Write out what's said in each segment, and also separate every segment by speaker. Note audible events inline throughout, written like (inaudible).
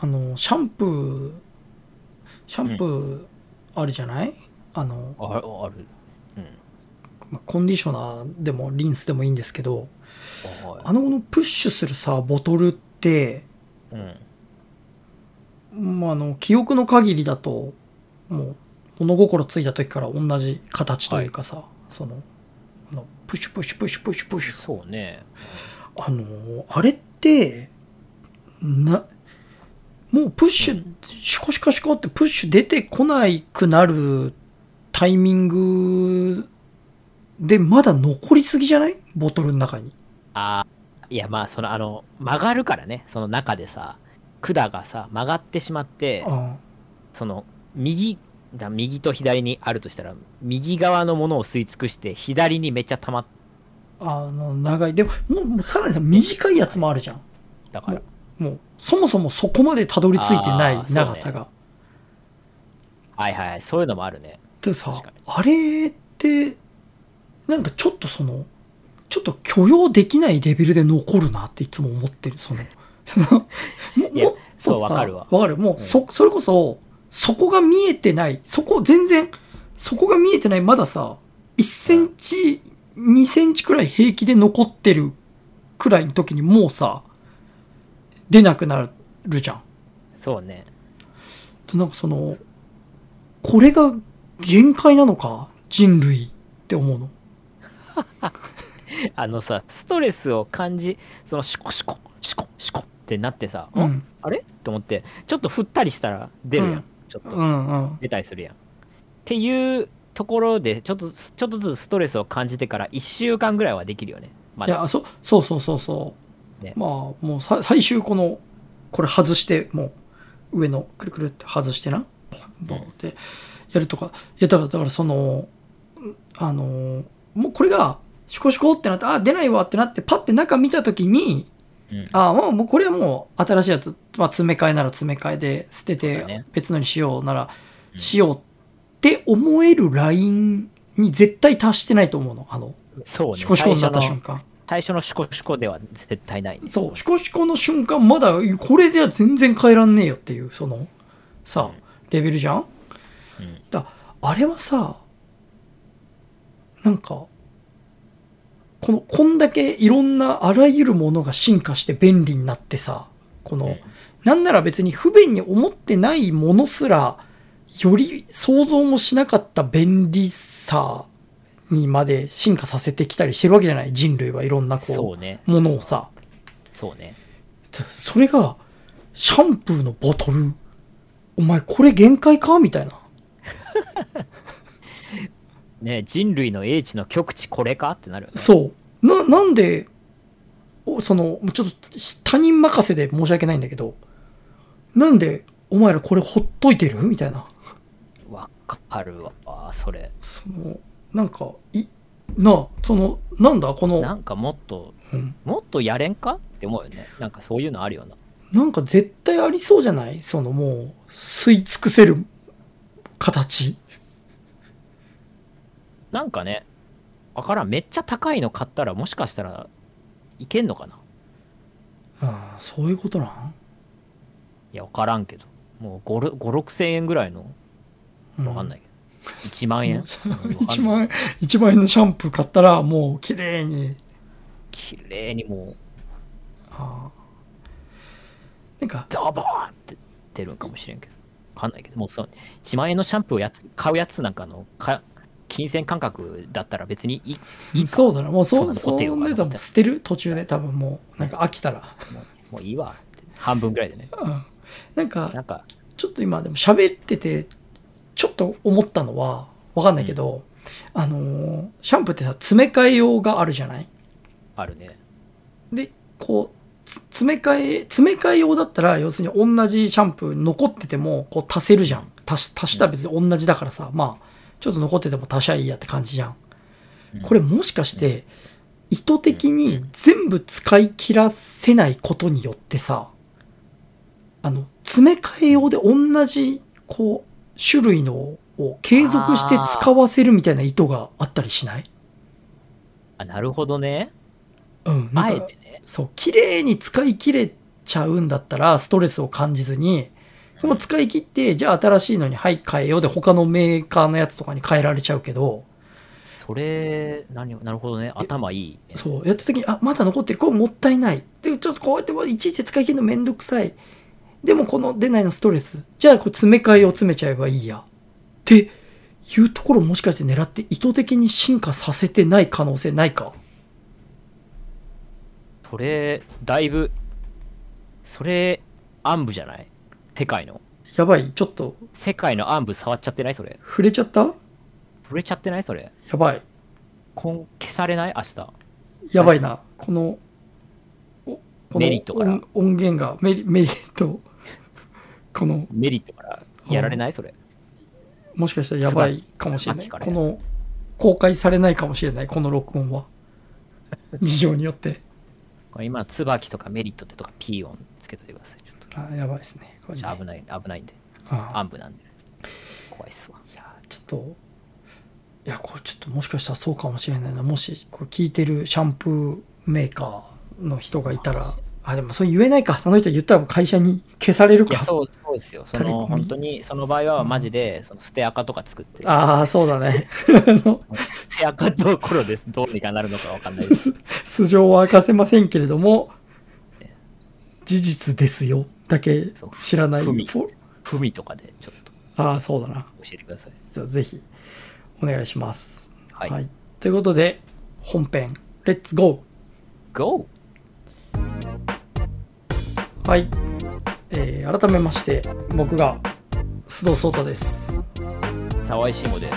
Speaker 1: あのシャンプーシャンプーあるじゃない、あの、
Speaker 2: あある。うん。
Speaker 1: まあコンディショナーでもリンスでもいいんですけど
Speaker 2: あはい
Speaker 1: あのこのプッシュするさボトルって、
Speaker 2: うん。
Speaker 1: まあ、あの記憶の限りだともう物心ついた時から同じ形というかさ、そのあのプシュプシュプシュプシュプシュ
Speaker 2: そうね。
Speaker 1: あのあれって、な、もうプッシュ、シュコシュコシュコってプッシュ出てこないくなるタイミングでまだ残りすぎじゃないボトルの中に。
Speaker 2: あいやまあそのあの曲がるからねその中でさ管がさ曲がってしまって
Speaker 1: あ
Speaker 2: その右だ右と左にあるとしたら右側のものを吸い尽くして左にめっちゃ溜まっ
Speaker 1: あの、長い。でも、もうもうさらにさ、短いやつもあるじゃん。
Speaker 2: たから
Speaker 1: もう、そもそもそこまでたどり着いてない
Speaker 2: あー
Speaker 1: 長さが。
Speaker 2: はいはいそういうのもあるね
Speaker 1: でさ
Speaker 2: 確かに、
Speaker 1: あれって、なんかちょっとその、ちょっと許容できないレベルで残るなっていつも思ってる、その。も
Speaker 2: (laughs) いや
Speaker 1: もっと
Speaker 2: そ
Speaker 1: さ
Speaker 2: うわかるわ
Speaker 1: わかる。もう、
Speaker 2: ん
Speaker 1: そ、それこそ、そこが見えてない、そこ全然、そこが見えてない、まださ、1センチ、2センチくらい平気で残ってるくらいの時にもうさ、出なくなるじゃん。
Speaker 2: そうね
Speaker 1: でなんかその、これが限界なのか、人類って思うの。
Speaker 2: あのさストレスを感じそのシコシコシコシコってなってさ、
Speaker 1: うん
Speaker 2: ん、あれと思ってちょっと振ったりしたら出るやん、
Speaker 1: うん
Speaker 2: ちょっと
Speaker 1: うんうん。
Speaker 2: 出たりするやん。っていうところでちょっとちょっとずつストレスを感じてから1週間ぐらいはできるよね。ま
Speaker 1: い
Speaker 2: だ
Speaker 1: や、そ、そうそうそうそう。
Speaker 2: ね
Speaker 1: まあ、もうさ最終この、これ外して、もう、上のくるくるって外してな、ポンポンってやるとか。いや、だから、だからその、あのー、もうこれが、シコシコってなって、あ、出ないわってなって、パッて中見たときに、
Speaker 2: うん
Speaker 1: あもう、もうこれはもう新しいやつ、まあ、詰め替えなら詰め替えで捨て
Speaker 2: そうだ
Speaker 1: て
Speaker 2: ね
Speaker 1: 別のにしようなら
Speaker 2: うん
Speaker 1: しようって思えるラインに絶対達してないと思うの。あの、
Speaker 2: そうね。
Speaker 1: シコシコになった
Speaker 2: 最
Speaker 1: 瞬
Speaker 2: 初の
Speaker 1: 間。
Speaker 2: 最初のシコシコでは絶対ない、ね。
Speaker 1: そう、シコシコの瞬間まだこれでは全然変えらんねえよっていう、その、さ
Speaker 2: うん、
Speaker 1: レベルじゃん
Speaker 2: うん
Speaker 1: だあれはさ、なんか、この、こんだけいろんなあらゆるものが進化して便利になってさ、この、
Speaker 2: うん
Speaker 1: なんなら別に不便に思ってないものすら、より想像もしなかった便利さにまで進化させてきたりしてるわけじゃない人類はいろんな
Speaker 2: そ
Speaker 1: こ
Speaker 2: うね。
Speaker 1: う、ものをさ。
Speaker 2: そうね。
Speaker 1: それが、シャンプーのボトル、お前これ限界かみたいな。
Speaker 2: ね人類の英知の極地これかってなるよね。
Speaker 1: そう。な、なんで、おその、ちょっと他人任せで申し訳ないんだけど、なんで、お前らこれほっといてるみたいな。
Speaker 2: わかるわ。あーそれ。
Speaker 1: その、なんか、い、なあ、その、なんだこの、
Speaker 2: なんかもっと、
Speaker 1: うん
Speaker 2: もっとやれんかって思うよね。なんかそういうのあるよな。
Speaker 1: なんか絶対ありそうじゃないそのもう、吸い尽くせる形。
Speaker 2: なんかね、わからん。めっちゃ高いの買ったらもしかしたらいけんのかな
Speaker 1: ああ、そういうことなん。
Speaker 2: いや、わからんけど。もう5、6千円ぐらいの、わかんないいけど。1万円。
Speaker 1: 1万円、1万円のシャンプー買ったら、もう綺麗に。
Speaker 2: きれいにも
Speaker 1: ああなんか
Speaker 2: う、、ザバーンって出るんかもしれんけど。わかんないけど。もうそう、1万円のシャンプーをやつ買うやつなんかの、か金銭感覚だったら別にいいいいか
Speaker 1: そうだな、もうそ、
Speaker 2: そうう
Speaker 1: そ
Speaker 2: ホテル
Speaker 1: う
Speaker 2: かな
Speaker 1: ね、多分捨てる途中で、多分もう、なんか飽き (laughs) たら。
Speaker 2: もうもういいわって。半分ぐらいでね。
Speaker 1: うんなん
Speaker 2: な
Speaker 1: か、
Speaker 2: んか、
Speaker 1: ちょっと今でも喋ってて、ちょっと思ったのは、わかんないけど、あのーシャンプーってさ、詰め替え用があるじゃない
Speaker 2: あるね。
Speaker 1: で、こう、つ詰め替え、詰め替え用だったら、要するに同じシャンプー残ってても、こう足せるじゃん。足し、足したら別に同じだからさ、まあ、ちょっと残ってても足しゃいいやって感じじゃん。
Speaker 2: うん
Speaker 1: これもしかして、意図的に全部使い切らせないことによってさ、あの、詰め替え用で同じ、こう、種類のを継続して使わせるみたいな意図があったりしない
Speaker 2: あ、なるほどね。
Speaker 1: うん。なん
Speaker 2: あ
Speaker 1: か
Speaker 2: えてね。
Speaker 1: そう、綺麗に使い切れちゃうんだったら、ストレスを感じずに、もう使い切って、じゃあ新しいのに、はい、変えようで、他のメーカーのやつとかに変えられちゃうけど、
Speaker 2: それ、何をなるほどね。頭いいね。
Speaker 1: そう、やった時に、あ、まだ残ってる。これもったいない。で、ちょっとこうやってもういちいち使い切るのめんどくさい。でもこの出ないのストレス。じゃあこれ詰め替えを詰めちゃえばいいや。っていうところをもしかして狙って意図的に進化させてない可能性ないか
Speaker 2: それ、だいぶ、それ、暗部じゃない世界の。
Speaker 1: やばい。ちょっと
Speaker 2: 世界の暗部触っちゃってないそれ。
Speaker 1: 触れちゃった
Speaker 2: 触れちゃってないそれ。
Speaker 1: やばい。
Speaker 2: こん消されない明日。
Speaker 1: やばいな。この、おこの
Speaker 2: メリットから
Speaker 1: 音音源が、メリメリット、この、
Speaker 2: メリットからやられないそれ。
Speaker 1: もしかしたらやばいかもしれない。
Speaker 2: 椿か
Speaker 1: こ
Speaker 2: ら
Speaker 1: の、公開されないかもしれない、この録音
Speaker 2: (laughs)
Speaker 1: は。事情によって。
Speaker 2: これ今、椿とかメリットってとかピー音つけといてください。ちょっと
Speaker 1: あやばいですね。これね
Speaker 2: ちょっと危ない、危ないんで。
Speaker 1: あ
Speaker 2: 暗部なんで。怖いっすわ。
Speaker 1: いや、ちょっと、いや、これちょっともしかしたらそうかもしれないな。もし、これ聞いてるシャンプーメーカーの人がいたら、あ、でもそれ言えないか。その人言ったらもう会社に消される
Speaker 2: いや、
Speaker 1: か。
Speaker 2: そう、そうですよ。そ
Speaker 1: 垂れ込
Speaker 2: の、
Speaker 1: み
Speaker 2: 本当に、その場合はマジで、その、捨て垢とか作って、
Speaker 1: ああ、そうだね。 (laughs) あの
Speaker 2: 捨て垢どころです。どうにかなるのかわかんないです。 (laughs)
Speaker 1: す素性は明かせませんけれども、事実ですよ。だけ知らない。
Speaker 2: そう文
Speaker 1: フォ
Speaker 2: ふみとかで、ちょっと
Speaker 1: ああ、そうだな。
Speaker 2: 教えてください。
Speaker 1: じゃあぜひ、お願いします。
Speaker 2: はい。
Speaker 1: ということで、本編、レッツゴ
Speaker 2: Go!
Speaker 1: ーはい。えー改めまして、僕が、須藤壮太です。
Speaker 2: 沢井慎吾です。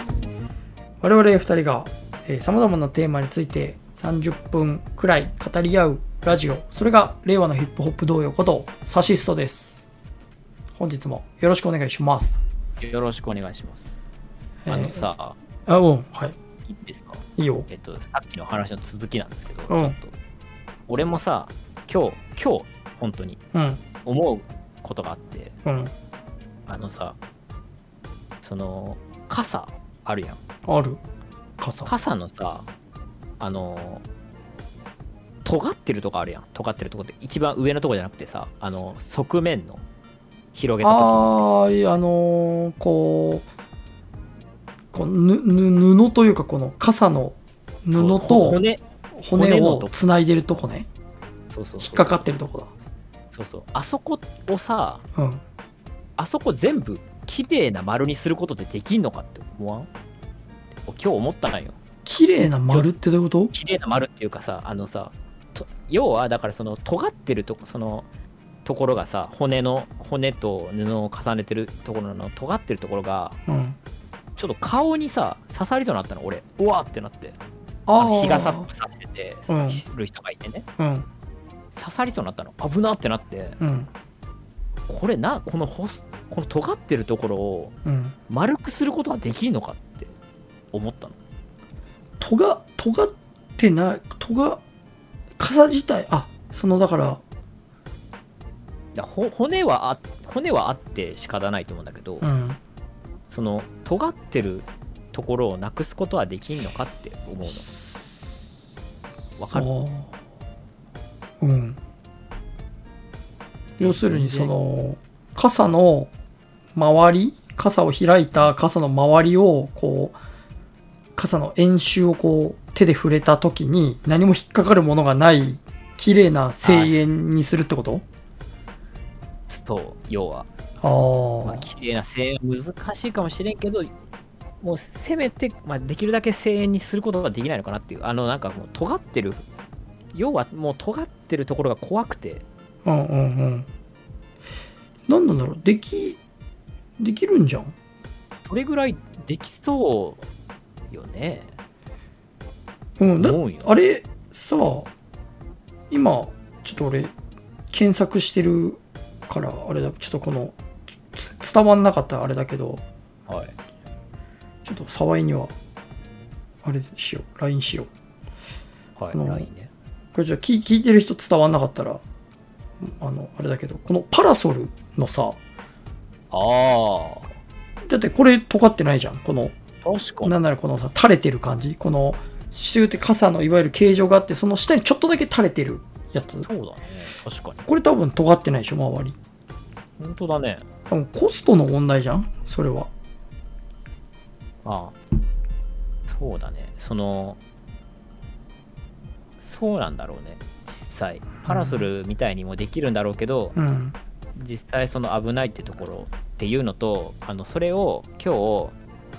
Speaker 1: 我々2人が、えー、様々なテーマについて30分くらい語り合うラジオ。それが、令和のヒップホップ同様こと、サシストです。本日もよろしくお願いします。
Speaker 2: よろしくお願いします。
Speaker 1: えー
Speaker 2: あのさ、
Speaker 1: あ、うん、はい。
Speaker 2: いいですか
Speaker 1: いいよ。
Speaker 2: えっと、さっきの話の続きなんですけど、
Speaker 1: うん
Speaker 2: ちょっと、俺もさ、今日、今日、本当に
Speaker 1: うん、
Speaker 2: 思うことがあって、
Speaker 1: うん。
Speaker 2: あのさ、その、傘あるやん。
Speaker 1: ある。傘。
Speaker 2: 傘のさ、あの、尖ってるとこあるやん。尖ってるとこって、一番上のとこじゃなくてさ、あの、側面の広げたとこ。
Speaker 1: ああ、いやあのーこう、こうぬぬ布というか、この傘の布
Speaker 2: そう
Speaker 1: と
Speaker 2: 骨、
Speaker 1: 骨
Speaker 2: 骨のと
Speaker 1: を
Speaker 2: こ
Speaker 1: つないでるとこね。
Speaker 2: そうそうそう
Speaker 1: 引っかかってるとこ
Speaker 2: そうそう。あそこをさ、
Speaker 1: だ。うん。
Speaker 2: あそこ全部綺麗な丸にすることってできんのかって思わん今日思ったなんよ。
Speaker 1: 綺麗な丸ってどういうこと
Speaker 2: 綺麗な丸っていうかさ、あのさ、と要はだからその尖ってるとこ、そのところがさ、骨の、骨と布を重ねてるところの尖ってるところが、
Speaker 1: うん。
Speaker 2: ちょっと顔にさ、刺さりそうになったの、俺。うわーってなって。あ
Speaker 1: あ
Speaker 2: の
Speaker 1: あ。
Speaker 2: 日傘とかさしてて、
Speaker 1: うん
Speaker 2: る人がいてね。
Speaker 1: うん。
Speaker 2: 刺さりそうになったの。危なってなって、
Speaker 1: うん。
Speaker 2: これな、このほす、この尖ってるところを、
Speaker 1: うん。
Speaker 2: 丸くすることはできんのかって思ったの
Speaker 1: とが、尖ってない、とが、傘自体、あ、その、だから、
Speaker 2: だほ骨はあ骨はあって仕方ないと思うんだけど、
Speaker 1: うん。
Speaker 2: その尖ってるところをなくすことはできんのかって思うのわかる
Speaker 1: あーうん要するにその傘の周り傘を開いた傘の周りをこう傘の円周をこう手で触れた時に何も引っかかるものがない綺麗な声円にするってこと
Speaker 2: と要は、
Speaker 1: あ
Speaker 2: まあ
Speaker 1: ー
Speaker 2: 綺麗な声援は難しいかもしれんけどもうせめて、まあ、できるだけ声援にすることができないのかなっていうあのなんかもう尖ってる要はもう尖ってるところが怖くて
Speaker 1: うんうんうん何なんだろうできできるんじゃん
Speaker 2: それぐらいできそうよね
Speaker 1: うん、だ
Speaker 2: 思うよ
Speaker 1: あれさ今ちょっと俺検索してるからあれだちょっとこのつ伝わんなかったらあれだけど
Speaker 2: はい
Speaker 1: ちょっと沢井にはあれしよう LINE しよう
Speaker 2: は
Speaker 1: あの
Speaker 2: いラインね
Speaker 1: これじゃあ聞聞いてる人伝わんなかったらあのあれだけどこのパラソルのさ
Speaker 2: ああ
Speaker 1: だってこれ尖ってないじゃんこの
Speaker 2: 確かに
Speaker 1: なんならこのさ垂れてる感じこのシューって傘のいわゆる形状があってその下にちょっとだけ垂れてるやつ
Speaker 2: そうだね。確かに。
Speaker 1: これ多分尖ってないでしょ周り
Speaker 2: 本当だね。
Speaker 1: 多分コストの問題じゃんそれは
Speaker 2: ああ。そうだね。その、そうなんだろうね。実際。パラソルみたいにもできるんだろうけど、
Speaker 1: うん
Speaker 2: 実際その危ないってところっていうのと、あの、それを今日、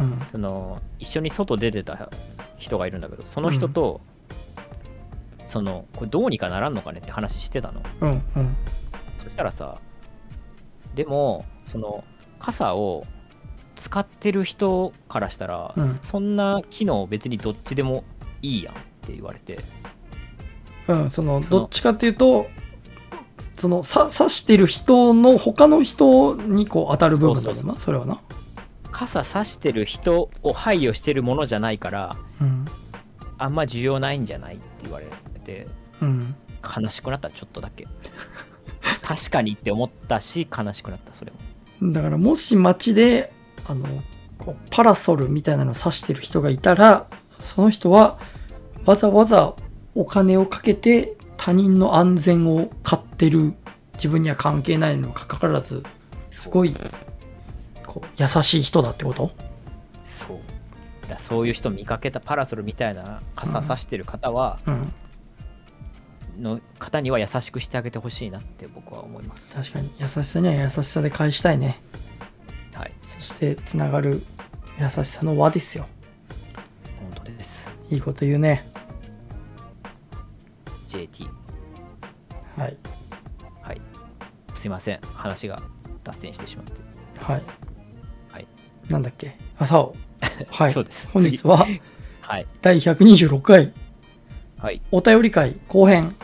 Speaker 1: うん
Speaker 2: その一緒に外出てた人がいるんだけどその人と、そのこれどうにかならんのかねって話してたの
Speaker 1: うんうん
Speaker 2: そしたらさでもその傘を使ってる人からしたら、
Speaker 1: うん
Speaker 2: そんな機能別にどっちでもいいやんって言われて
Speaker 1: うん、その
Speaker 2: その
Speaker 1: どっちかっていうとそのさ刺してる人の他の人にこう当たる部分だもんなそれはな、
Speaker 2: 傘さしてる人を配慮してるものじゃないから
Speaker 1: うん
Speaker 2: あんま需要ないんじゃないって言われて
Speaker 1: うん、
Speaker 2: 悲しくなったちょっとだ
Speaker 1: (laughs)
Speaker 2: け確かにって思ったし悲しくなったそれも
Speaker 1: だからもし街であのこうパラソルみたいなのを刺してる人がいたらその人はわざわざお金をかけて他人の安全を買ってる自分には関係ないのにもかかわらずすごいこう優しい人だってこと
Speaker 2: そうだそういう人見かけたパラソルみたいな傘さしてる方は、
Speaker 1: うん
Speaker 2: の方には優しくしてあげてほしいなって僕は思います
Speaker 1: 確かに優しさには優しさで返したいね
Speaker 2: はい
Speaker 1: そしてつながる優しさの輪ですよ。
Speaker 2: 本当です
Speaker 1: いいこと言うね。
Speaker 2: JT
Speaker 1: はい。
Speaker 2: はいすいません話が脱線してしまって
Speaker 1: はい。
Speaker 2: はい
Speaker 1: なんだっけ朝
Speaker 2: (laughs)
Speaker 1: を。はい。
Speaker 2: そうです
Speaker 1: 本日は
Speaker 2: はい
Speaker 1: 第126回
Speaker 2: はい
Speaker 1: お便り会後編。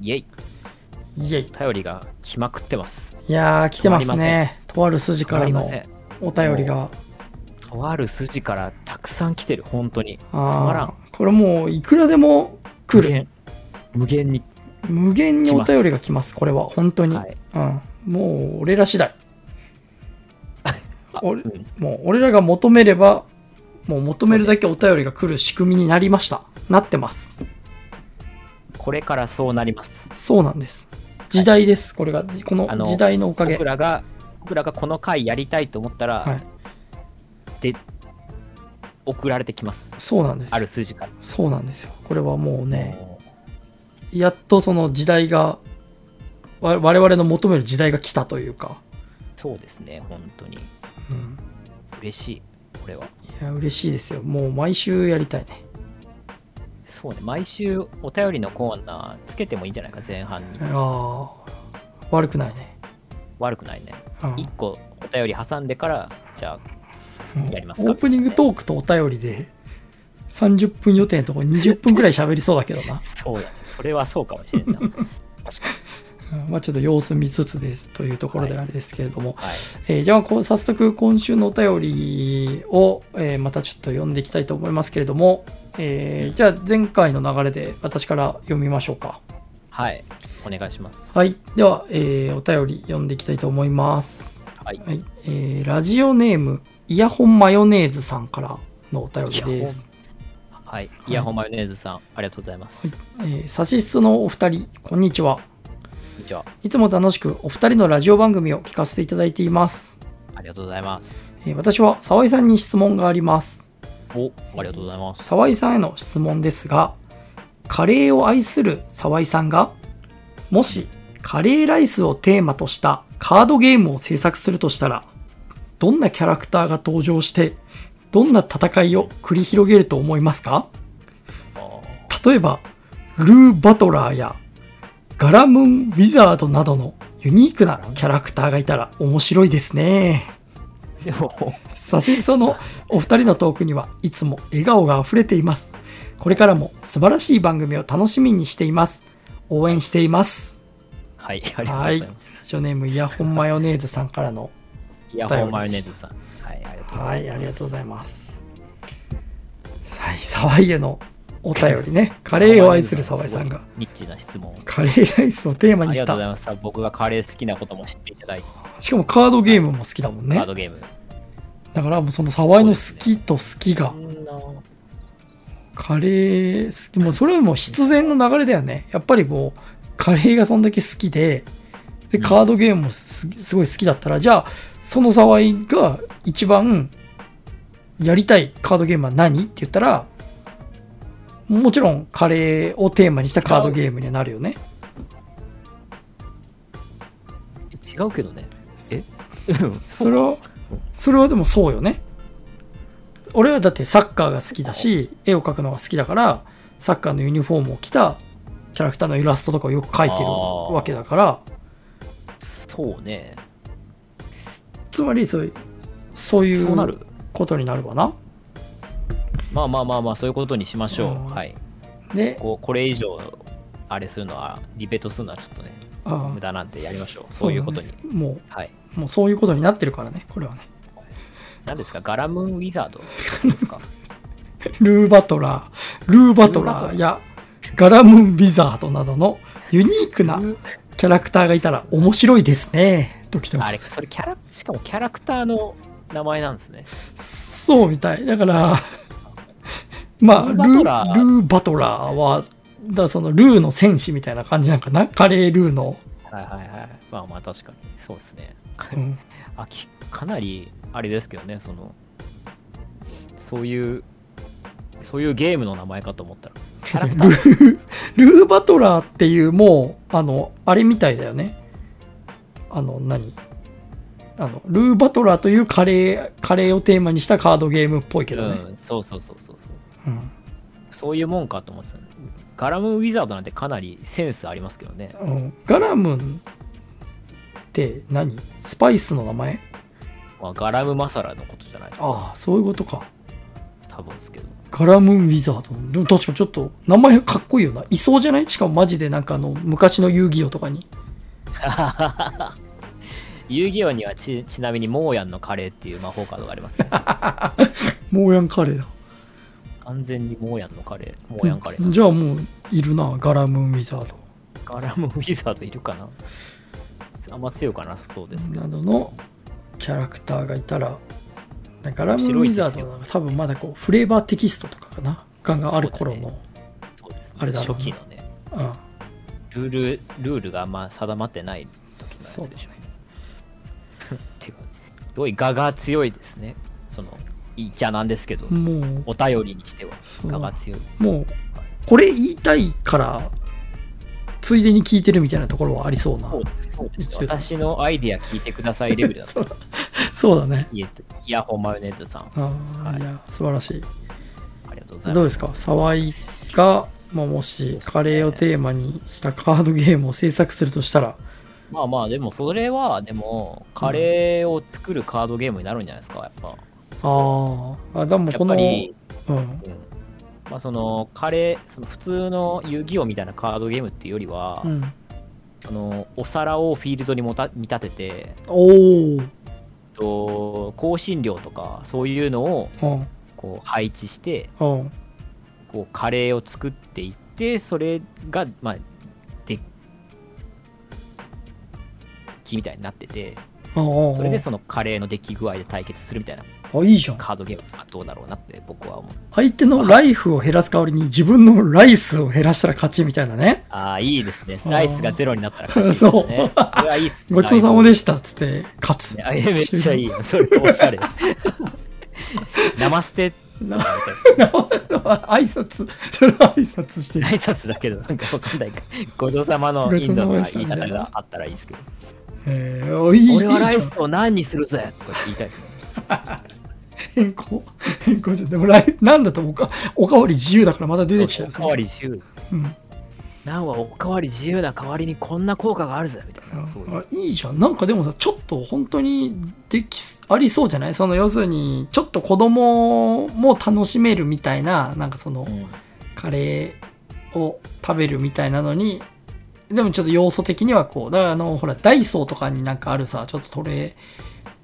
Speaker 2: イエイ
Speaker 1: イェイ。
Speaker 2: 頼りが来まくってます
Speaker 1: いやー、来てますね。とある筋
Speaker 2: 変
Speaker 1: か
Speaker 2: わ
Speaker 1: ら
Speaker 2: りま
Speaker 1: の
Speaker 2: せん
Speaker 1: お便りが。
Speaker 2: とある筋からたくさん来てる本当にまらん
Speaker 1: あーこれもういくらでも来る。
Speaker 2: 無限無限に
Speaker 1: 無限にお便りが来ます、これは。本当に。
Speaker 2: はい
Speaker 1: うん。もう俺ら次第。
Speaker 2: あ
Speaker 1: 俺
Speaker 2: うん
Speaker 1: もう俺らが求めれば、もう求めるだけお便りが来る仕組みになりました。なってます。
Speaker 2: これからそうなります
Speaker 1: そうなんです。時代です。これが、この
Speaker 2: あの
Speaker 1: 時代のおかげ。
Speaker 2: 僕
Speaker 1: はい。
Speaker 2: らが僕らがこの回やりたいと思ったら、で送られてきます
Speaker 1: そうなんです
Speaker 2: あ。る数字から
Speaker 1: そうなんですよ。これはもうね、
Speaker 2: も
Speaker 1: やっとその時代が、わ我々の求める時代が来たというか、
Speaker 2: うそうですね本当に
Speaker 1: うん、
Speaker 2: 嬉しいこれはい
Speaker 1: や、嬉しいですよ。もう毎週やりたいね。
Speaker 2: そうね毎週お便りのコーナーつけてもいいんじゃないか前半に
Speaker 1: ああ、悪くないね。
Speaker 2: 悪くないね
Speaker 1: うん
Speaker 2: 1個お便り挟んでからじゃあやりますか
Speaker 1: オープニングトークとお便りで30分予定のところ20分くらい喋りそうだけどな (laughs)
Speaker 2: そうだねそれはそうかもしれんな確かに
Speaker 1: うんまあちょっと様子見つつですというところであれですけれども、
Speaker 2: はい
Speaker 1: えーじゃあこう早速今週のお便りを、えーまたちょっと読んでいきたいと思いますけれども、えーじゃあ前回の流れで私から読みましょうか
Speaker 2: はいお願いします
Speaker 1: はいでは、えーお便り読んでいきたいと思います
Speaker 2: はい
Speaker 1: はい、えーラジオネームイヤホンマヨネーズさんからのお便りです
Speaker 2: はいイヤホンマヨネーズさんありがとうございます
Speaker 1: えー、サシスのお二人、こんにちは。
Speaker 2: じゃ
Speaker 1: いつも楽しくお二人のラジオ番組を聞かせていただいています。
Speaker 2: あありがとうございます
Speaker 1: えー私は沢井さんに質問があります。
Speaker 2: おありがとうございます
Speaker 1: 沢井さんへの質問ですが、カレーを愛する沢井さんが、もしカレーライスをテーマとしたカードゲームを制作するとしたら、どんなキャラクターが登場して、どんな戦いを繰り広げると思いますか
Speaker 2: あー
Speaker 1: 例えば、ルー・バトラーやガラムン・ウィザードなどのユニークなキャラクターがいたら面白いですね。
Speaker 2: でも
Speaker 1: さしそのお二人のトークにはいつも笑顔が溢れています。これからも素晴らしい番組を楽しみにしています。応援しています。
Speaker 2: (laughs) はい、ありがとうご
Speaker 1: は
Speaker 2: ざ
Speaker 1: い。
Speaker 2: い
Speaker 1: ラ
Speaker 2: ます。
Speaker 1: ジオネームイヤホンマヨネーズさんからの、
Speaker 2: イヤホンマヨネーズさん。はい、ありがとうご
Speaker 1: は
Speaker 2: ざい
Speaker 1: い、ありがとうございます。さい、沢井へのお便りね。カ
Speaker 2: ます。
Speaker 1: レーを愛する沢井さんが、
Speaker 2: ニッチな質問を。
Speaker 1: カレーライスをテーマ
Speaker 2: あ
Speaker 1: に
Speaker 2: り
Speaker 1: し
Speaker 2: がとう
Speaker 1: た
Speaker 2: ございます。僕がカレー好きなことも知っていただいて、
Speaker 1: しかもカードゲームも好きだもん
Speaker 2: カ
Speaker 1: ね
Speaker 2: ー。ドゲーム。
Speaker 1: だからもうその沢井の好きと好きが
Speaker 2: そんな
Speaker 1: カレー好き、もうそれはもう必然の流れだよね。やっぱりこう、カレーがそんだけ好きで、で、カードゲームもすすごい好きだったら、じゃあ、その沢井が一番やりたいカードゲームは何って言ったら、もちろんカレーをテーマにしたカードゲームにはなるよね。
Speaker 2: 違うけどね。え
Speaker 1: それは、それはでもそうよね。俺はだってサッカーが好きだし、絵を描くのが好きだから、サッカーのユニフォームを着たキャラクターのイラストとかをよく描いてる
Speaker 2: あー
Speaker 1: わけだから、
Speaker 2: そうね。
Speaker 1: つまりそういう、そうい
Speaker 2: そうなる
Speaker 1: う。ことになるわな。
Speaker 2: まあまあまあまあ、そういうことにしましょう。
Speaker 1: うん
Speaker 2: はい。
Speaker 1: で、
Speaker 2: こうこれ以上、あれするのは、ディベートするのはちょっとね、
Speaker 1: あ
Speaker 2: 無
Speaker 1: ー
Speaker 2: 駄なんでやりましょう。そういうことに。
Speaker 1: だねも
Speaker 2: はい。
Speaker 1: う、もうそういうことになってるからね、これはね。
Speaker 2: 何ですかガラムーンウィザードで
Speaker 1: (laughs)
Speaker 2: すか
Speaker 1: ルーバトラー、ルーバトラーやガラムーンウィザードなどのユニークなキャラクターがいたら面白いですね。と来てま
Speaker 2: あれ、
Speaker 1: す。
Speaker 2: それキャラ、しかもキャラクターの名前なんですね。
Speaker 1: そうみたい。だから、まあ、ル
Speaker 2: ルーバトラ
Speaker 1: ー
Speaker 2: ー
Speaker 1: ルーバトラーは、だそのルーの戦士みたいな感じなんかな。カレールーの。
Speaker 2: はいはいはい。まあまあ確かに、そうですね。
Speaker 1: うん
Speaker 2: あきかなり、あれですけどね、その、そういう、そういうゲームの名前かと思ったら。キャラクタ
Speaker 1: ルー、ルーバトラーっていうもう、あの、あれみたいだよね。あの、何あの、ルーバトラーというカレー、カレーをテーマにしたカードゲームっぽいけどね。
Speaker 2: うん、そうそうそうそうそ
Speaker 1: う
Speaker 2: う。
Speaker 1: ん。
Speaker 2: そういうもんかと思ってたねガラムウィザードなんてかなりセンスありますけどね。
Speaker 1: うんガラムンって何スパイスの名前
Speaker 2: まあ、ガラムマサラのことじゃないですか。
Speaker 1: ああ、そういうことか。
Speaker 2: 多分ですけど。
Speaker 1: ガラムーンウィザード。でも確かちょっと、名前かっこいいよな。いそうじゃないしかもマジでなんかあの、昔の遊戯王とかに。
Speaker 2: 遊戯王にはちちなみにモーヤンのカレーっていう魔法カードがありますけど、
Speaker 1: (laughs) モーヤンカレーだ。
Speaker 2: 完全にモーヤンのカレー、モーヤンカレー。
Speaker 1: (laughs) じゃあもう、いるな。ガラムーンウィザー
Speaker 2: ガラムウィザードいるかなあんま強いかな、そうですけ
Speaker 1: ド。
Speaker 2: ど
Speaker 1: な。どのキャラクターがいたら、ガラムーンウィザードは多分まだこう、フレーバーテキストとかかな。ががある頃の。
Speaker 2: そうですね
Speaker 1: あれだろうな
Speaker 2: 初期のね、
Speaker 1: うん。
Speaker 2: ルール、ルールがあんま定まってない時のやつ
Speaker 1: そうだ
Speaker 2: でしょ。
Speaker 1: ね。
Speaker 2: (laughs) っていうか、すごい我が強いですね。その、いいじゃなんですけど、
Speaker 1: もう、
Speaker 2: お便りにしては、
Speaker 1: そう
Speaker 2: 我が強い。
Speaker 1: もう、これ言いたいから、ついでに聞いてるみたいなところはありそうな。
Speaker 2: そうです私のアイディア聞いてくださいレベル
Speaker 1: (laughs)
Speaker 2: だと。
Speaker 1: そうそうだね。
Speaker 2: イエイヤホンマヨネーズさん、
Speaker 1: ああ、
Speaker 2: はい
Speaker 1: い、や、素晴らしい。
Speaker 2: ありがとうござい
Speaker 1: どう
Speaker 2: ま
Speaker 1: ですか沢井が、まあ、もしカレーをテーマにしたカードゲームを制作するとしたら、
Speaker 2: す。まあまあ、でもそれは、でも、カレーを作るカードゲームになるんじゃないですか、やっぱ。
Speaker 1: ああ、あでも
Speaker 2: や
Speaker 1: こ
Speaker 2: っ
Speaker 1: の、
Speaker 2: ぱ
Speaker 1: う
Speaker 2: り、
Speaker 1: ん、
Speaker 2: うんまあその、カレー、その普通の遊戯王みたいなカードゲームっていうよりは、
Speaker 1: うん。
Speaker 2: そのお皿をフィールドにもた見立てて、
Speaker 1: おお、
Speaker 2: と香辛料とかそういうのを
Speaker 1: うん、
Speaker 2: こう配置して
Speaker 1: うん、
Speaker 2: こうカレーを作っていってそれがまあデッキみたいになってて
Speaker 1: うん、うん。
Speaker 2: それでそのカレーの出来具合で対決するみたいな
Speaker 1: あ、いいじゃん。
Speaker 2: カードゲームはどうだろうなって僕は思う
Speaker 1: 相手のライフを減らす代わりに自分のライスを減らしたら勝ちみたいな
Speaker 2: (laughs)
Speaker 1: ね。
Speaker 2: ああいいですね
Speaker 1: ー
Speaker 2: ライスがゼロになったら勝ちですね
Speaker 1: そう
Speaker 2: それはいいっすね
Speaker 1: ごちそうさまでしたっつって勝つ。
Speaker 2: あいやめっちゃいいよそれおしゃれ生捨て
Speaker 1: な (laughs) 挨拶、それは挨拶してる。
Speaker 2: 挨拶だけど、なんかわかんないか。ごちそうさまのインドの言い方があったらいいですけど。
Speaker 1: えー、おいい、いいじ
Speaker 2: 俺はラ
Speaker 1: ゃ
Speaker 2: イ
Speaker 1: ん
Speaker 2: スを何にするぜとか言いたいですね。
Speaker 1: 変更変更じゃん。でもライ、なんだと思うか、おかわり自由だからまた出てきちゃ
Speaker 2: お
Speaker 1: う。
Speaker 2: かわり自由。
Speaker 1: うん。
Speaker 2: ナンはおかわり自由な代わりにこんな効果があるぜみたいな。そういう。
Speaker 1: あいいじゃん。なんかでもさ、ちょっと本当にできす、ありそうじゃないその要するに、ちょっと子供も楽しめるみたいな、なんかその
Speaker 2: う、ん
Speaker 1: カレーを食べるみたいなのに、でもちょっと要素的にはこう、だからあの、ほら、ダイソーとかになんかあるさ、ちょっとトレー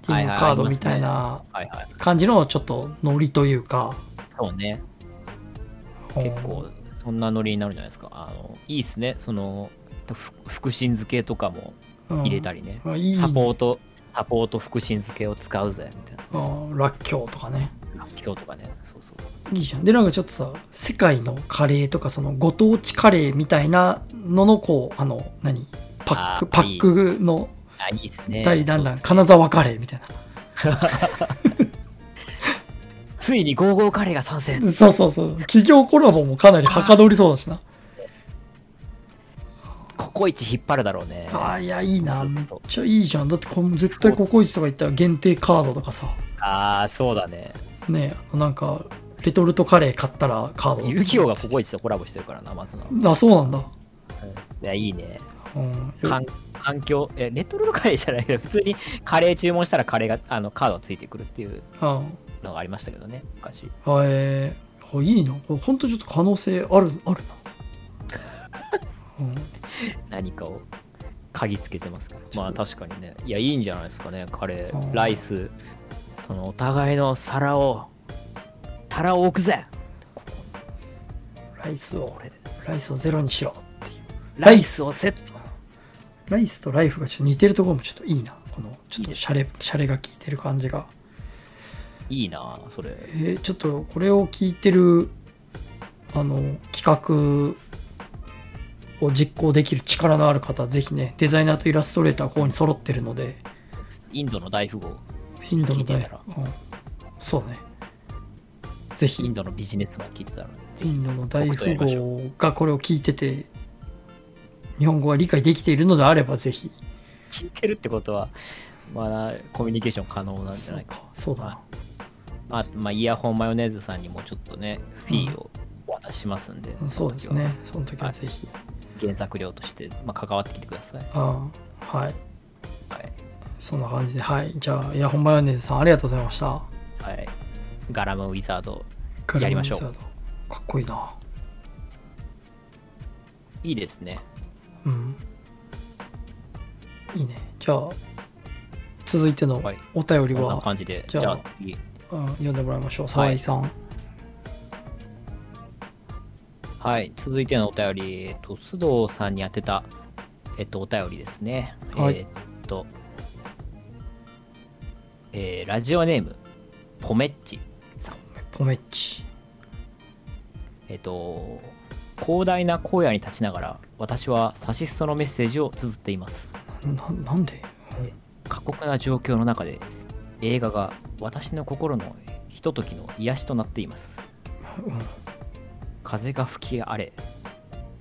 Speaker 1: ディングカードみたい
Speaker 2: は
Speaker 1: な
Speaker 2: はいはい。
Speaker 1: 感じのちょっとノリというか、
Speaker 2: そうね。結構、そんなノリになるんじゃないですか。あの、いいですね。その、ふ福神漬けとかも
Speaker 1: うん
Speaker 2: 入れたりね。
Speaker 1: あいい
Speaker 2: サポート、サポート福神漬けを使うぜみたいな。
Speaker 1: あーらっきょうとかね
Speaker 2: 今日とかね。そうそう。
Speaker 1: いいじゃん。で、なんかちょっとさ、世界のカレーとか、そのご当地カレーみたいなのの、こう、あの、何パック、
Speaker 2: あー
Speaker 1: パックの
Speaker 2: あ、いいですね。
Speaker 1: 第何弾、金沢カレーみたい
Speaker 2: ついにゴーゴーカレーが参戦。
Speaker 1: な。そうそうそう。企業コラボもかなりはかどりそうだしな。
Speaker 2: ココイチ引っ張るだろうね。
Speaker 1: ああ、いや、いいな。
Speaker 2: ず
Speaker 1: めっ
Speaker 2: っと
Speaker 1: ちゃいいじゃん。だってこれ、絶対ココイチとか行ったら限定カードとかさ、
Speaker 2: ああ、そうだね。
Speaker 1: ね、あのなんか、レトルトカレー買ったらカード。
Speaker 2: 遊戯王がココイチとコラボしてるからな、まずな。
Speaker 1: あ、そうなんだ。
Speaker 2: いや、いいね。
Speaker 1: うん。
Speaker 2: 環環境、え、レトルトカレーじゃないけど、普通にカレー注文したらカレーが、あの、カードがついてくるっていう
Speaker 1: うん
Speaker 2: のがありましたけどね、昔。
Speaker 1: あえーあいいなこれほんとちょっと可能性あるあるな、うん、
Speaker 2: 何かを鍵つけてますから。まあ確かにね。いや、いいんじゃないですかね、カレ
Speaker 1: うん
Speaker 2: ー、ライス。そのお互いの皿を、皿を置くぜここ
Speaker 1: ライスを
Speaker 2: これで
Speaker 1: ライスをゼロにしろっていう
Speaker 2: ライスをセット。
Speaker 1: ライスとライフがちょっと似てるところもちょっといいなこのちょっ
Speaker 2: いい
Speaker 1: と
Speaker 2: ね
Speaker 1: シャレシャレが効いてる感じが
Speaker 2: いいなそれ。
Speaker 1: えーちょっとこれを聞いてるあの企画を実行できる力のある方ぜひねデザイナーとイラストレーターこうに揃ってるので
Speaker 2: インドの大富豪、
Speaker 1: インドの
Speaker 2: 聞いて
Speaker 1: 大
Speaker 2: たら
Speaker 1: うん、そうねぜひ
Speaker 2: インドのビジネスマン聞いてたら、
Speaker 1: インドの大富豪がこれを聞いてて日本語が理解できているのであればぜひ
Speaker 2: 聞いてるってことは、まあ、コミュニケーション可能なんじゃないか。
Speaker 1: そうだな
Speaker 2: まあ、まあ、イヤホンマヨネーズさんにもちょっとね、フィーをお渡ししますんで、
Speaker 1: そうですねその時はぜひ
Speaker 2: 原作料として、まあ、関わってきてください。
Speaker 1: うんはい
Speaker 2: はい。
Speaker 1: そんな感じではいじゃあイヤホンマヨネーズさんありがとうございました
Speaker 2: はい、ガラムウィザード、やりましょう
Speaker 1: ガラムウィザードかっこいいない
Speaker 2: いですね。
Speaker 1: うんいいねじゃあ続いての
Speaker 2: はい
Speaker 1: お便り
Speaker 2: こん
Speaker 1: は、
Speaker 2: な感じで、
Speaker 1: じ
Speaker 2: じ
Speaker 1: ゃあ
Speaker 2: ゃあ次。
Speaker 1: うん、読んでもらいましょう沢井さん、
Speaker 2: はい、続いてのお便り、えっと、須藤さんに宛てた、えっと、お便りですね。
Speaker 1: はい
Speaker 2: えっと、えーラジオネーム、ポメッチさん。
Speaker 1: ポメッチ
Speaker 2: えっと、広大な荒野に立ちながら、私はサシストのメッセージを綴っています。
Speaker 1: なななんで
Speaker 2: 過酷な状況の中で、映画が私の心のひとときの癒しとなっています。
Speaker 1: うんうん
Speaker 2: 風が吹き荒れ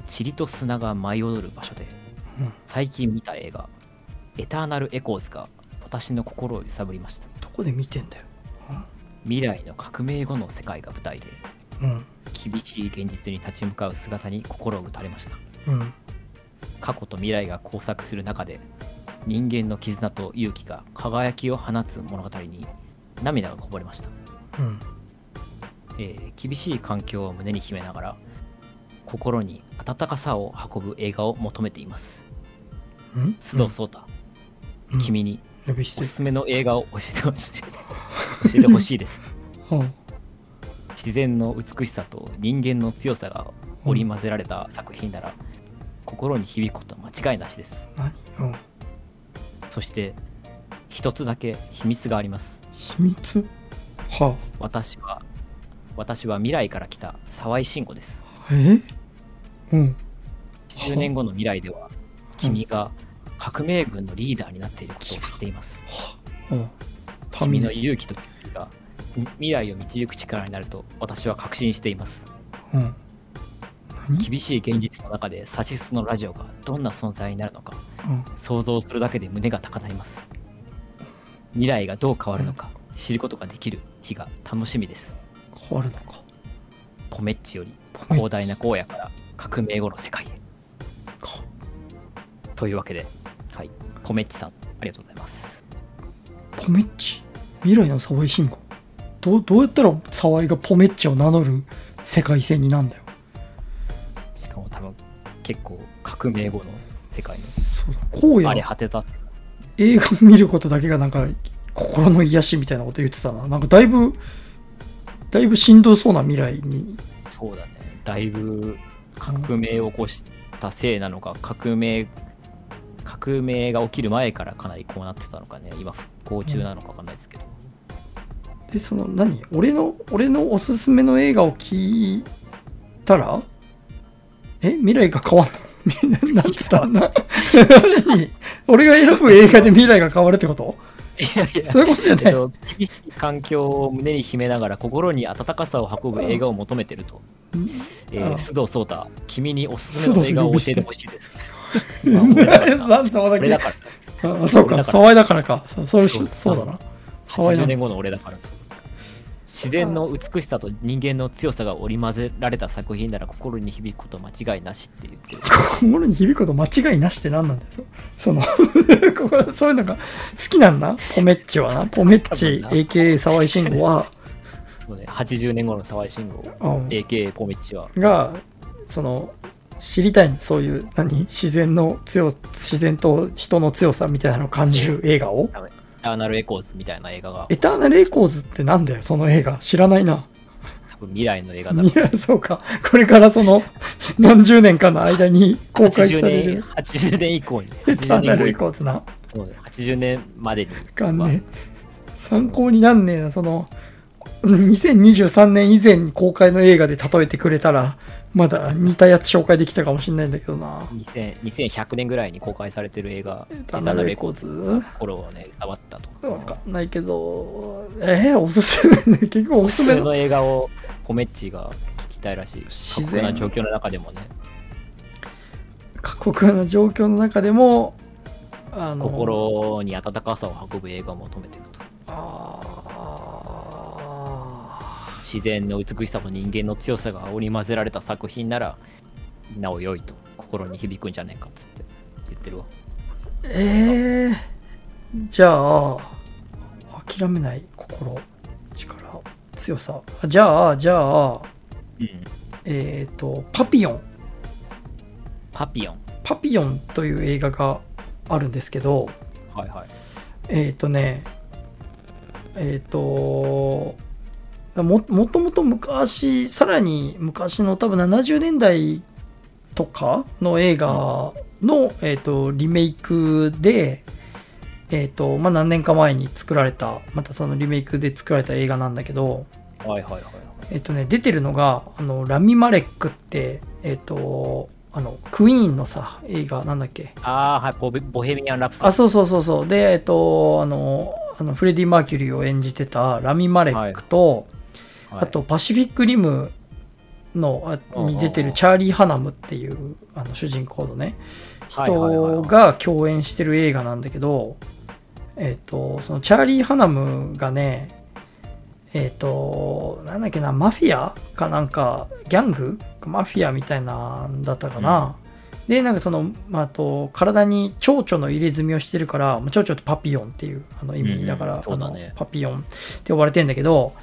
Speaker 2: 塵と砂が舞い踊る場所で最近見た映画「エターナル・エコーズ」が私の心を揺さぶりました
Speaker 1: どこで見てんだよ
Speaker 2: 未来の革命後の世界が舞台で
Speaker 1: うん
Speaker 2: 厳しい現実に立ち向かう姿に心を打たれました
Speaker 1: うん
Speaker 2: 過去と未来が交錯する中で人間の絆と勇気が輝きを放つ物語に涙がこぼれました
Speaker 1: うん
Speaker 2: えー厳しい環境を胸に秘めながら心に温かさを運ぶ映画を求めています
Speaker 1: うん
Speaker 2: 須藤壮太、
Speaker 1: うん
Speaker 2: 君に
Speaker 1: 呼び捨
Speaker 2: お
Speaker 1: て
Speaker 2: すすめの映画を教えてほしい教えてほし
Speaker 1: (laughs)
Speaker 2: いです
Speaker 1: うん
Speaker 2: 自然の美しさと人間の強さが織り交ぜられた作品なら、心に響くことは間違いなしです
Speaker 1: 何うん
Speaker 2: そして一つだけ秘密があります
Speaker 1: 秘密は
Speaker 2: 私は私は未来から来た沢井慎吾です
Speaker 1: あえうん
Speaker 2: 10年後の未来では君が革命軍のリーダーになっていることを知っています。
Speaker 1: うん
Speaker 2: 君の勇気と決意がみ未来を導く力になると私は確信しています。
Speaker 1: うん
Speaker 2: 厳しい現実の中でサチスのラジオがどんな存在になるのか
Speaker 1: うん
Speaker 2: 想像するだけで胸が高鳴ります。未来がどう変わるのか知ることができる日が楽しみです。
Speaker 1: 変わるのか
Speaker 2: ポメッチより
Speaker 1: ポメッチ
Speaker 2: 広大な荒野から革命後の世界へ。
Speaker 1: か
Speaker 2: というわけで、はい、ポメッチさんありがとうございます。
Speaker 1: ポメッチ未来の沢井慎吾どうどうやったら沢井がポメッチを名乗る世界線になんだよ
Speaker 2: しかも多分結構革命後の世界
Speaker 1: そうだ荒
Speaker 2: のあれ
Speaker 1: 野
Speaker 2: 果てた
Speaker 1: 映画見ることだけがなんか心の癒しみたいなこと言ってたななんかだいぶだいぶしんどそうな未来に
Speaker 2: そうだねだいぶ革命を起こしたせいなのか革命革命が起きる前からかなりこうなってたのかね今復興中なのかわかんないですけど、
Speaker 1: でその何俺の俺のおすすめの映画を聞いたらえ未来が変わった (laughs) のみんななんつったんだ何俺が選ぶ映画で未来が変わるってこと
Speaker 2: いやいや、
Speaker 1: そういうことじゃ
Speaker 2: え
Speaker 1: ない
Speaker 2: っと、厳しい環境を胸に秘めながら心に温かさを運ぶ映画を求めてると、
Speaker 1: うん
Speaker 2: え
Speaker 1: あ
Speaker 2: ー、
Speaker 1: あ
Speaker 2: 須藤壮太君におすすめの映画を教えてほしいですまあ俺だ
Speaker 1: (laughs)
Speaker 2: から
Speaker 1: 何そうだっ
Speaker 2: 俺
Speaker 1: け
Speaker 2: だか
Speaker 1: あそうか
Speaker 2: 俺だから
Speaker 1: 沢井だからかそそれ
Speaker 2: そう
Speaker 1: そうだな
Speaker 2: ら
Speaker 1: 沢井
Speaker 2: 80
Speaker 1: だ
Speaker 2: 年後の俺だから自然の美しさと人間の強さが織り交ぜられた作品なら心に響くこと間違いなしって言ってる (laughs)
Speaker 1: 心に響くこと間違いなしって何なんだよ。そその (laughs) ここ、そういうのが好きなんだ。ポメッチはな。ポメッチ、
Speaker 2: 多分な
Speaker 1: AKA 沢井慎吾は、
Speaker 2: そうね80年後の沢井慎吾
Speaker 1: うん、
Speaker 2: AK ポメッチは
Speaker 1: が、その、知りたいのそういう、何自然の強、自然と人の強さみたいなのを感じる映画を。
Speaker 2: アーナル・エコーズみたいな映画が
Speaker 1: エターナルエコーズってなんだよ、その映画。知らないな。
Speaker 2: 多分未来の映画だろう
Speaker 1: いや、そうか。これからその、何十年かの間に公開
Speaker 2: 80
Speaker 1: され
Speaker 2: 年
Speaker 1: る。
Speaker 2: 80年以降に
Speaker 1: エター
Speaker 2: 80
Speaker 1: ナル
Speaker 2: 年
Speaker 1: エ
Speaker 2: 以降
Speaker 1: コーズな。
Speaker 2: そうね80年までに
Speaker 1: かんね参考になんねえなその2023年以前に公開の映画で例えてくれたらまだ似たやつ紹介できたかもしんないんだけどな
Speaker 2: 2000 2100年ぐらいに公開されてる映画「
Speaker 1: ダナルレコーズ
Speaker 2: 心をね触ったと
Speaker 1: わかんないけどえー、おすすめ (laughs) 結局お
Speaker 2: お
Speaker 1: す
Speaker 2: す
Speaker 1: す
Speaker 2: す
Speaker 1: め
Speaker 2: め
Speaker 1: の
Speaker 2: の映画をコメッチが聞きたいらしい過
Speaker 1: 自
Speaker 2: 酷
Speaker 1: 然
Speaker 2: な状況の中でもね
Speaker 1: 過酷な状況の中でもあの
Speaker 2: 心に温かさを運ぶ映画を求めてると
Speaker 1: あ
Speaker 2: 自然の美しさと人間の強さが織り交ぜられた作品ならなお良いと心に響くんじゃねえかっつって言ってるわ
Speaker 1: ーえー、じゃあ諦めない心力強さじゃあじゃあ
Speaker 2: うん
Speaker 1: えっ、と、パピヨン。
Speaker 2: パピオン
Speaker 1: パピヨンという映画があるんですけど、
Speaker 2: はいはい
Speaker 1: えっ、とね、えっ、と、も、もともと昔、さらに昔の多分70年代とかの映画の、えっ、と、リメイクで、えっ、と、まあ、何年か前に作られた、またそのリメイクで作られた映画なんだけど、
Speaker 2: はいはいはいはい
Speaker 1: えっとね、出てるのが、あの、ラミ・マレックって、えっと、あの、クイーンのさ、映画、なんだっけ。
Speaker 2: ああはいボヘボヘミアン・ラプソディ
Speaker 1: あ、そうそうそうそう。で、えっと、あの、あのフレディ・マーキュリーを演じてたラミ・マレックと、
Speaker 2: はい
Speaker 1: あと、パシフィック・リムの、あ
Speaker 2: うんうんうん
Speaker 1: に出てるチャーリー・ハナムっていう、あの、主人公のね、
Speaker 2: はいはいはい
Speaker 1: 人
Speaker 2: はい
Speaker 1: が共演してる映画なんだけど、えっと、その、チャーリー・ハナムがね、えっ、と、なんだっけな、マフィアかなんか、ギャングマフィアみたいなんだったかな。で、なんかその、まあ、あと、体に蝶々の入れ墨をしてるから、まあ蝶々ってパピヨンっていうあの意
Speaker 2: うんう
Speaker 1: 味
Speaker 2: ん
Speaker 1: だから、
Speaker 2: そうだね
Speaker 1: あのパピヨンって呼ばれてんだけど、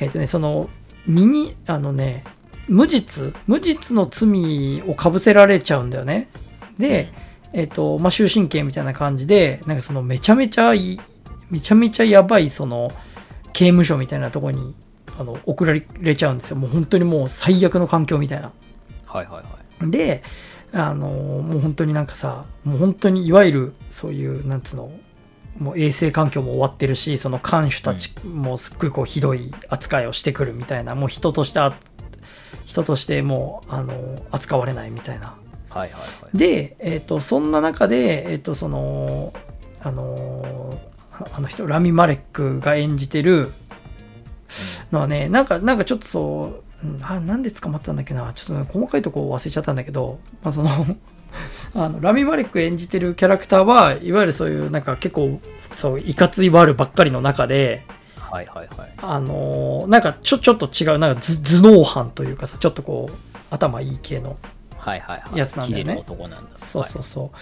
Speaker 1: えっ、とね、その、身に、あのね、無実、無実の罪をかぶせられちゃうんだよね。で、えっ、と、まあ、終身刑みたいな感じで、なんかその、めちゃめちゃいい、めちゃめちゃやばい、その、刑務所みたいなとこにあの送られちゃうんですよもう本当にもう最悪の環境みたいな
Speaker 2: はいはいはい
Speaker 1: であのもう本当になんかさもう本当にいわゆるそういうなんつうのもう衛生環境も終わってるしその看守たちもすっごいこうひどい扱いをしてくるみたいなもう人としてあ人としてもうあの扱われないみたいな
Speaker 2: はいはいはい
Speaker 1: で、えっとそんな中で、えっとそのあのああの人ラミ・マレックが演じてるのはねなんかなんかちょっとそううんあなんで捕まったんだっけなちょっと、ね、細かいとこ忘れちゃったんだけど、まあ、そのあのラミ・マレック演じてるキャラクターはいわゆるそういうなんか結構そういかつい悪ばっかりの中で、
Speaker 2: はいはいはい。
Speaker 1: あのなんかちょちょっと違うなんか頭頭脳犯というかさちょっとこう頭いい系の
Speaker 2: はいはいはい。
Speaker 1: やつなんだよね
Speaker 2: 綺麗男なんだ。
Speaker 1: そうそうそ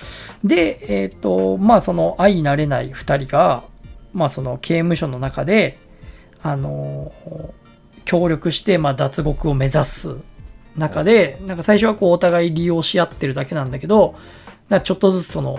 Speaker 1: う。で、えっ、と、まあその愛なれない二人が、まあその刑務所の中で、あの協力して、まあ脱獄を目指す中で、なんか最初はこうお互い利用し合ってるだけなんだけど、なんかちょっとずつその、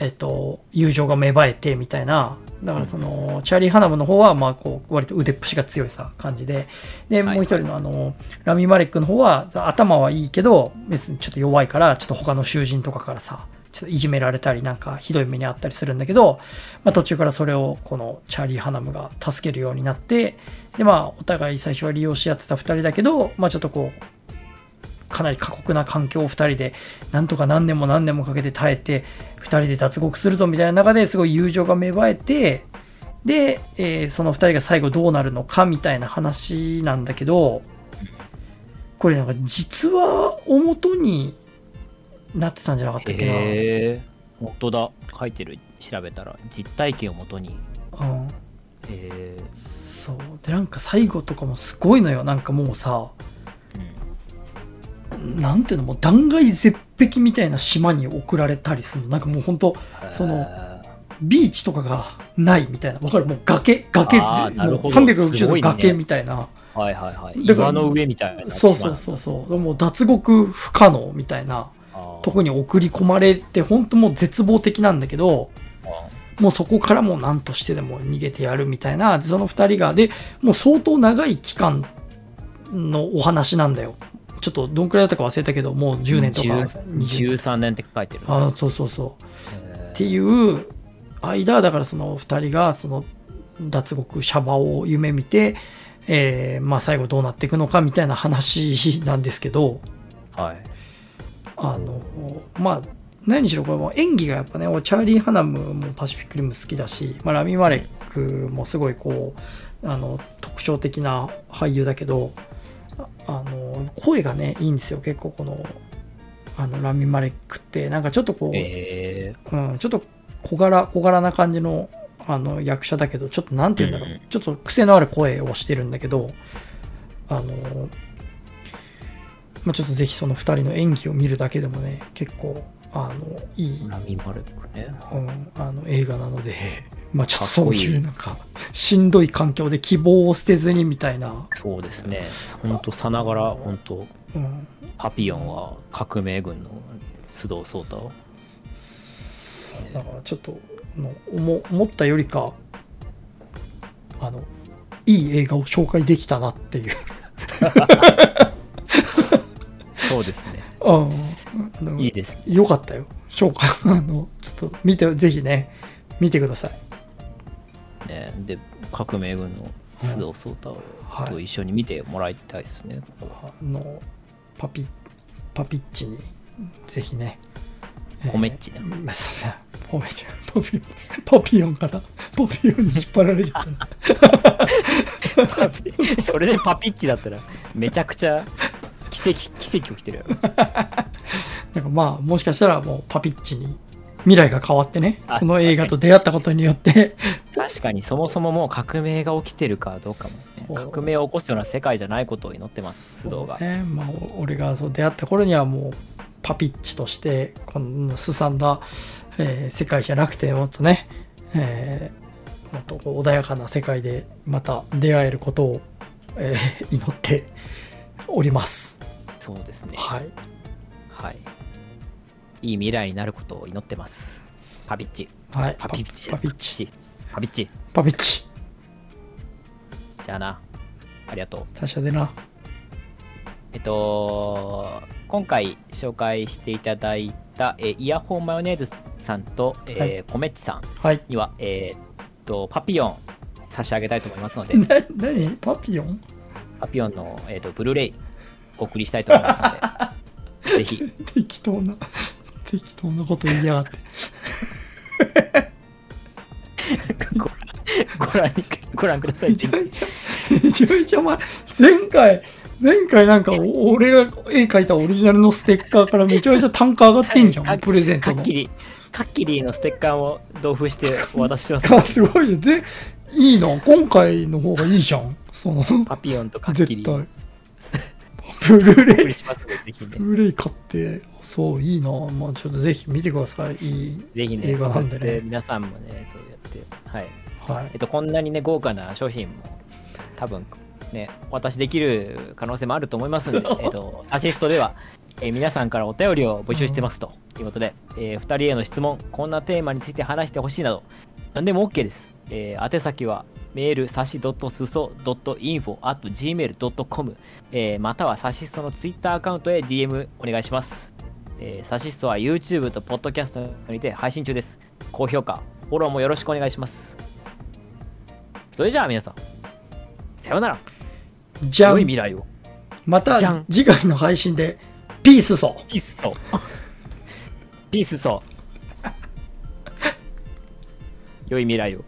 Speaker 1: えっ、と、友情が芽生えてみたいな、だからその、チャーリー・ハナムの方は、まあこう、割と腕っぷしが強いさ、感じで、で、
Speaker 2: はい
Speaker 1: もう一人のあの、ラミ・マレックの方は、頭はいいけど、別にちょっと弱いから、ちょっと他の囚人とかからさ、ちちょっといじめられたりなんかひどい目にあったりするんだけど、まあ、途中からそれをこのチャーリー・ハナムが助けるようになってでまあお互い最初は利用し合ってた2人だけど、まあ、ちょっとこうかなり過酷な環境を2人でなんとか何年も何年もかけて耐えて2人で脱獄するぞみたいな中ですごい友情が芽生えてで、えーその2人が最後どうなるのかみたいな話なんだけどこれなんか実話をもとになってたんじゃなかったっけな。
Speaker 2: へえ本当だ書いてる調べたら実体験をもとに
Speaker 1: うん
Speaker 2: え
Speaker 1: そうでなんか最後とかもすごいのよなんかもうさなんていうのもう断崖絶壁みたいな島に送られたりするのなんかもうほんとそのビーチとかがないみたいなわかるもう崖崖ぜ
Speaker 2: あーな
Speaker 1: も
Speaker 2: る
Speaker 1: う
Speaker 2: ほどす
Speaker 1: 360
Speaker 2: ご
Speaker 1: 度
Speaker 2: いね
Speaker 1: 崖みたいな
Speaker 2: はいはいはい
Speaker 1: だから
Speaker 2: 岩の上みたいな
Speaker 1: そうそうそうそうもう脱獄不可能みたいな
Speaker 2: う
Speaker 1: とこに送り込まれてほんともう絶望的なんだけどもうそこからもう何としてでも逃げてやるみたいな、でその二人が、で、もう相当長い期間のお話なんだよ。ちょっとどんくらいだったか忘れたけど、もう10年とか20
Speaker 2: 13年って書いてる
Speaker 1: あそうそうそう。
Speaker 2: へ
Speaker 1: っていう間、だからその二人が、その脱獄、シャバを夢見て、えー、まあ最後どうなっていくのかみたいな話なんですけど、
Speaker 2: ーはい
Speaker 1: あの、まあ、何にしろこれも演技がやっぱね、俺チャーリー・ハナムもパシフィックリム好きだし、まあ、ラミ・マレックもすごいこう、あの、特徴的な俳優だけど、ああの、声がね、いいんですよ。結構この、あの、ラミ・マレックって、なんかちょっとこう、
Speaker 2: え
Speaker 1: うん、ちょっと小柄、小柄な感じの、あの、役者だけど、ちょっとなんて言うんだろう、
Speaker 2: うん
Speaker 1: ちょっと癖のある声をしてるんだけど、あの、まあ、ちょっとぜひその二人の演技を見るだけでもね、結構、あの、いい
Speaker 2: ー、ラミマルクね
Speaker 1: うん、あの映画なので、 (laughs) まあ、ちょっと
Speaker 2: かっ
Speaker 1: そ
Speaker 2: こ
Speaker 1: う
Speaker 2: いい
Speaker 1: いうなんか、しんどい環境で希望を捨てずにみたいな、
Speaker 2: そうですね本当さながら本当
Speaker 1: うん、
Speaker 2: パピヨンは革命軍の須藤壮太
Speaker 1: だからちょっともう思思ったよりかあのいい映画を紹介できたなっていう、
Speaker 2: そうです
Speaker 1: (laughs)
Speaker 2: ね
Speaker 1: うん、あの
Speaker 2: いいです
Speaker 1: よかったよ紹介あのちょっと見てぜひね見てください
Speaker 2: ねで革命軍の須藤壮太
Speaker 1: はい
Speaker 2: と一緒に見てもらいたいですね、
Speaker 1: あのパピパピッチにぜひね
Speaker 2: コメッチね
Speaker 1: まあそりゃポメちゃんポピポピヨンからポピヨンに引っ張られち
Speaker 2: (laughs)
Speaker 1: ゃった
Speaker 2: (laughs) それでパピッチだったらめちゃくちゃ奇跡奇跡起きてるやろ
Speaker 1: なんかまあもしかしたらもうパピッチに未来が変わってね
Speaker 2: あ
Speaker 1: この映画と出会ったことによって
Speaker 2: 確かにそもそももう革命が起きてるかどうかも、
Speaker 1: そう
Speaker 2: ね、革命を起こすような世界じゃないことを祈ってます須藤が、
Speaker 1: ねまあ、お俺がそう出会った頃にはもうパピッチとしてこんなすさんだ、えー世界じゃなくてもっとね、えーもっとこう穏やかな世界でまた出会えることを、えー祈っております。
Speaker 2: そうですね
Speaker 1: はい、
Speaker 2: はいいい未来になることを祈ってますパピッチ
Speaker 1: はい、
Speaker 2: パピッチ
Speaker 1: パパピッチ
Speaker 2: パピッチ
Speaker 1: パピッチ
Speaker 2: じゃあなありがとう
Speaker 1: 他社でな
Speaker 2: えっと、今回紹介していただいた、えーイヤホンマヨネーズさんと、えー
Speaker 1: はい
Speaker 2: ポメッチさん
Speaker 1: はい
Speaker 2: には、えーっと、パピヨン差し上げたいと思いますので、
Speaker 1: な何パピヨン
Speaker 2: パピヨンの、えーっとブルーレイお送りしたいと思いますの
Speaker 1: (laughs)
Speaker 2: で、ぜひ、
Speaker 1: 適当な適当なこと言いやがって
Speaker 2: ご覧ご覧ご覧くださ
Speaker 1: (laughs)
Speaker 2: い
Speaker 1: め。ちゃめちゃ、めちゃめちゃ前、前回、前回なんかお俺が絵描いたオリジナルのステッカーからめちゃめちゃ単価上がってんじゃ
Speaker 2: か
Speaker 1: ん、プレゼント
Speaker 2: カ
Speaker 1: の
Speaker 2: ッ。キリ、カッキリのステッカーを同封してお渡しします。
Speaker 1: あすごいよ。で、いいな。今回の方がいいじゃん。その、
Speaker 2: パピヨンとカッキ
Speaker 1: 絶
Speaker 2: リお
Speaker 1: 対。ブルー
Speaker 2: 送
Speaker 1: レイ、
Speaker 2: りしますので、ぜひね
Speaker 1: ブ。ルーレイ買って、そう、いいな。まあちょっとぜひ見てください。いい。
Speaker 2: ぜひね、
Speaker 1: 映画なんでね
Speaker 2: そうやって皆さんもね、そうやって、はい。
Speaker 1: はい
Speaker 2: えっ。と、こんなにね、豪華な商品も、多分ね、お渡しできる可能性もあると思いますので、えっと、アシストでは、えー皆さんからお便りを募集してますということで、え2人への質問、こんなテーマについて話してほしいなど、何でも OK です。えー宛先は、メール、さし .suso.info.gmail.com、えーまたはさしストのツイッターアカウントへ DM お願いします。えー、サシストは YouTube と Podcast にて配信中です。高評価、フォローもよろしくお願いします。それじゃあ皆さん、さようなら、
Speaker 1: じゃ
Speaker 2: 良い
Speaker 1: ん
Speaker 2: 未来を。
Speaker 1: また
Speaker 2: じゃん
Speaker 1: 次回の配信でピースそう
Speaker 2: ピースそう。ピースそう。良い未来を。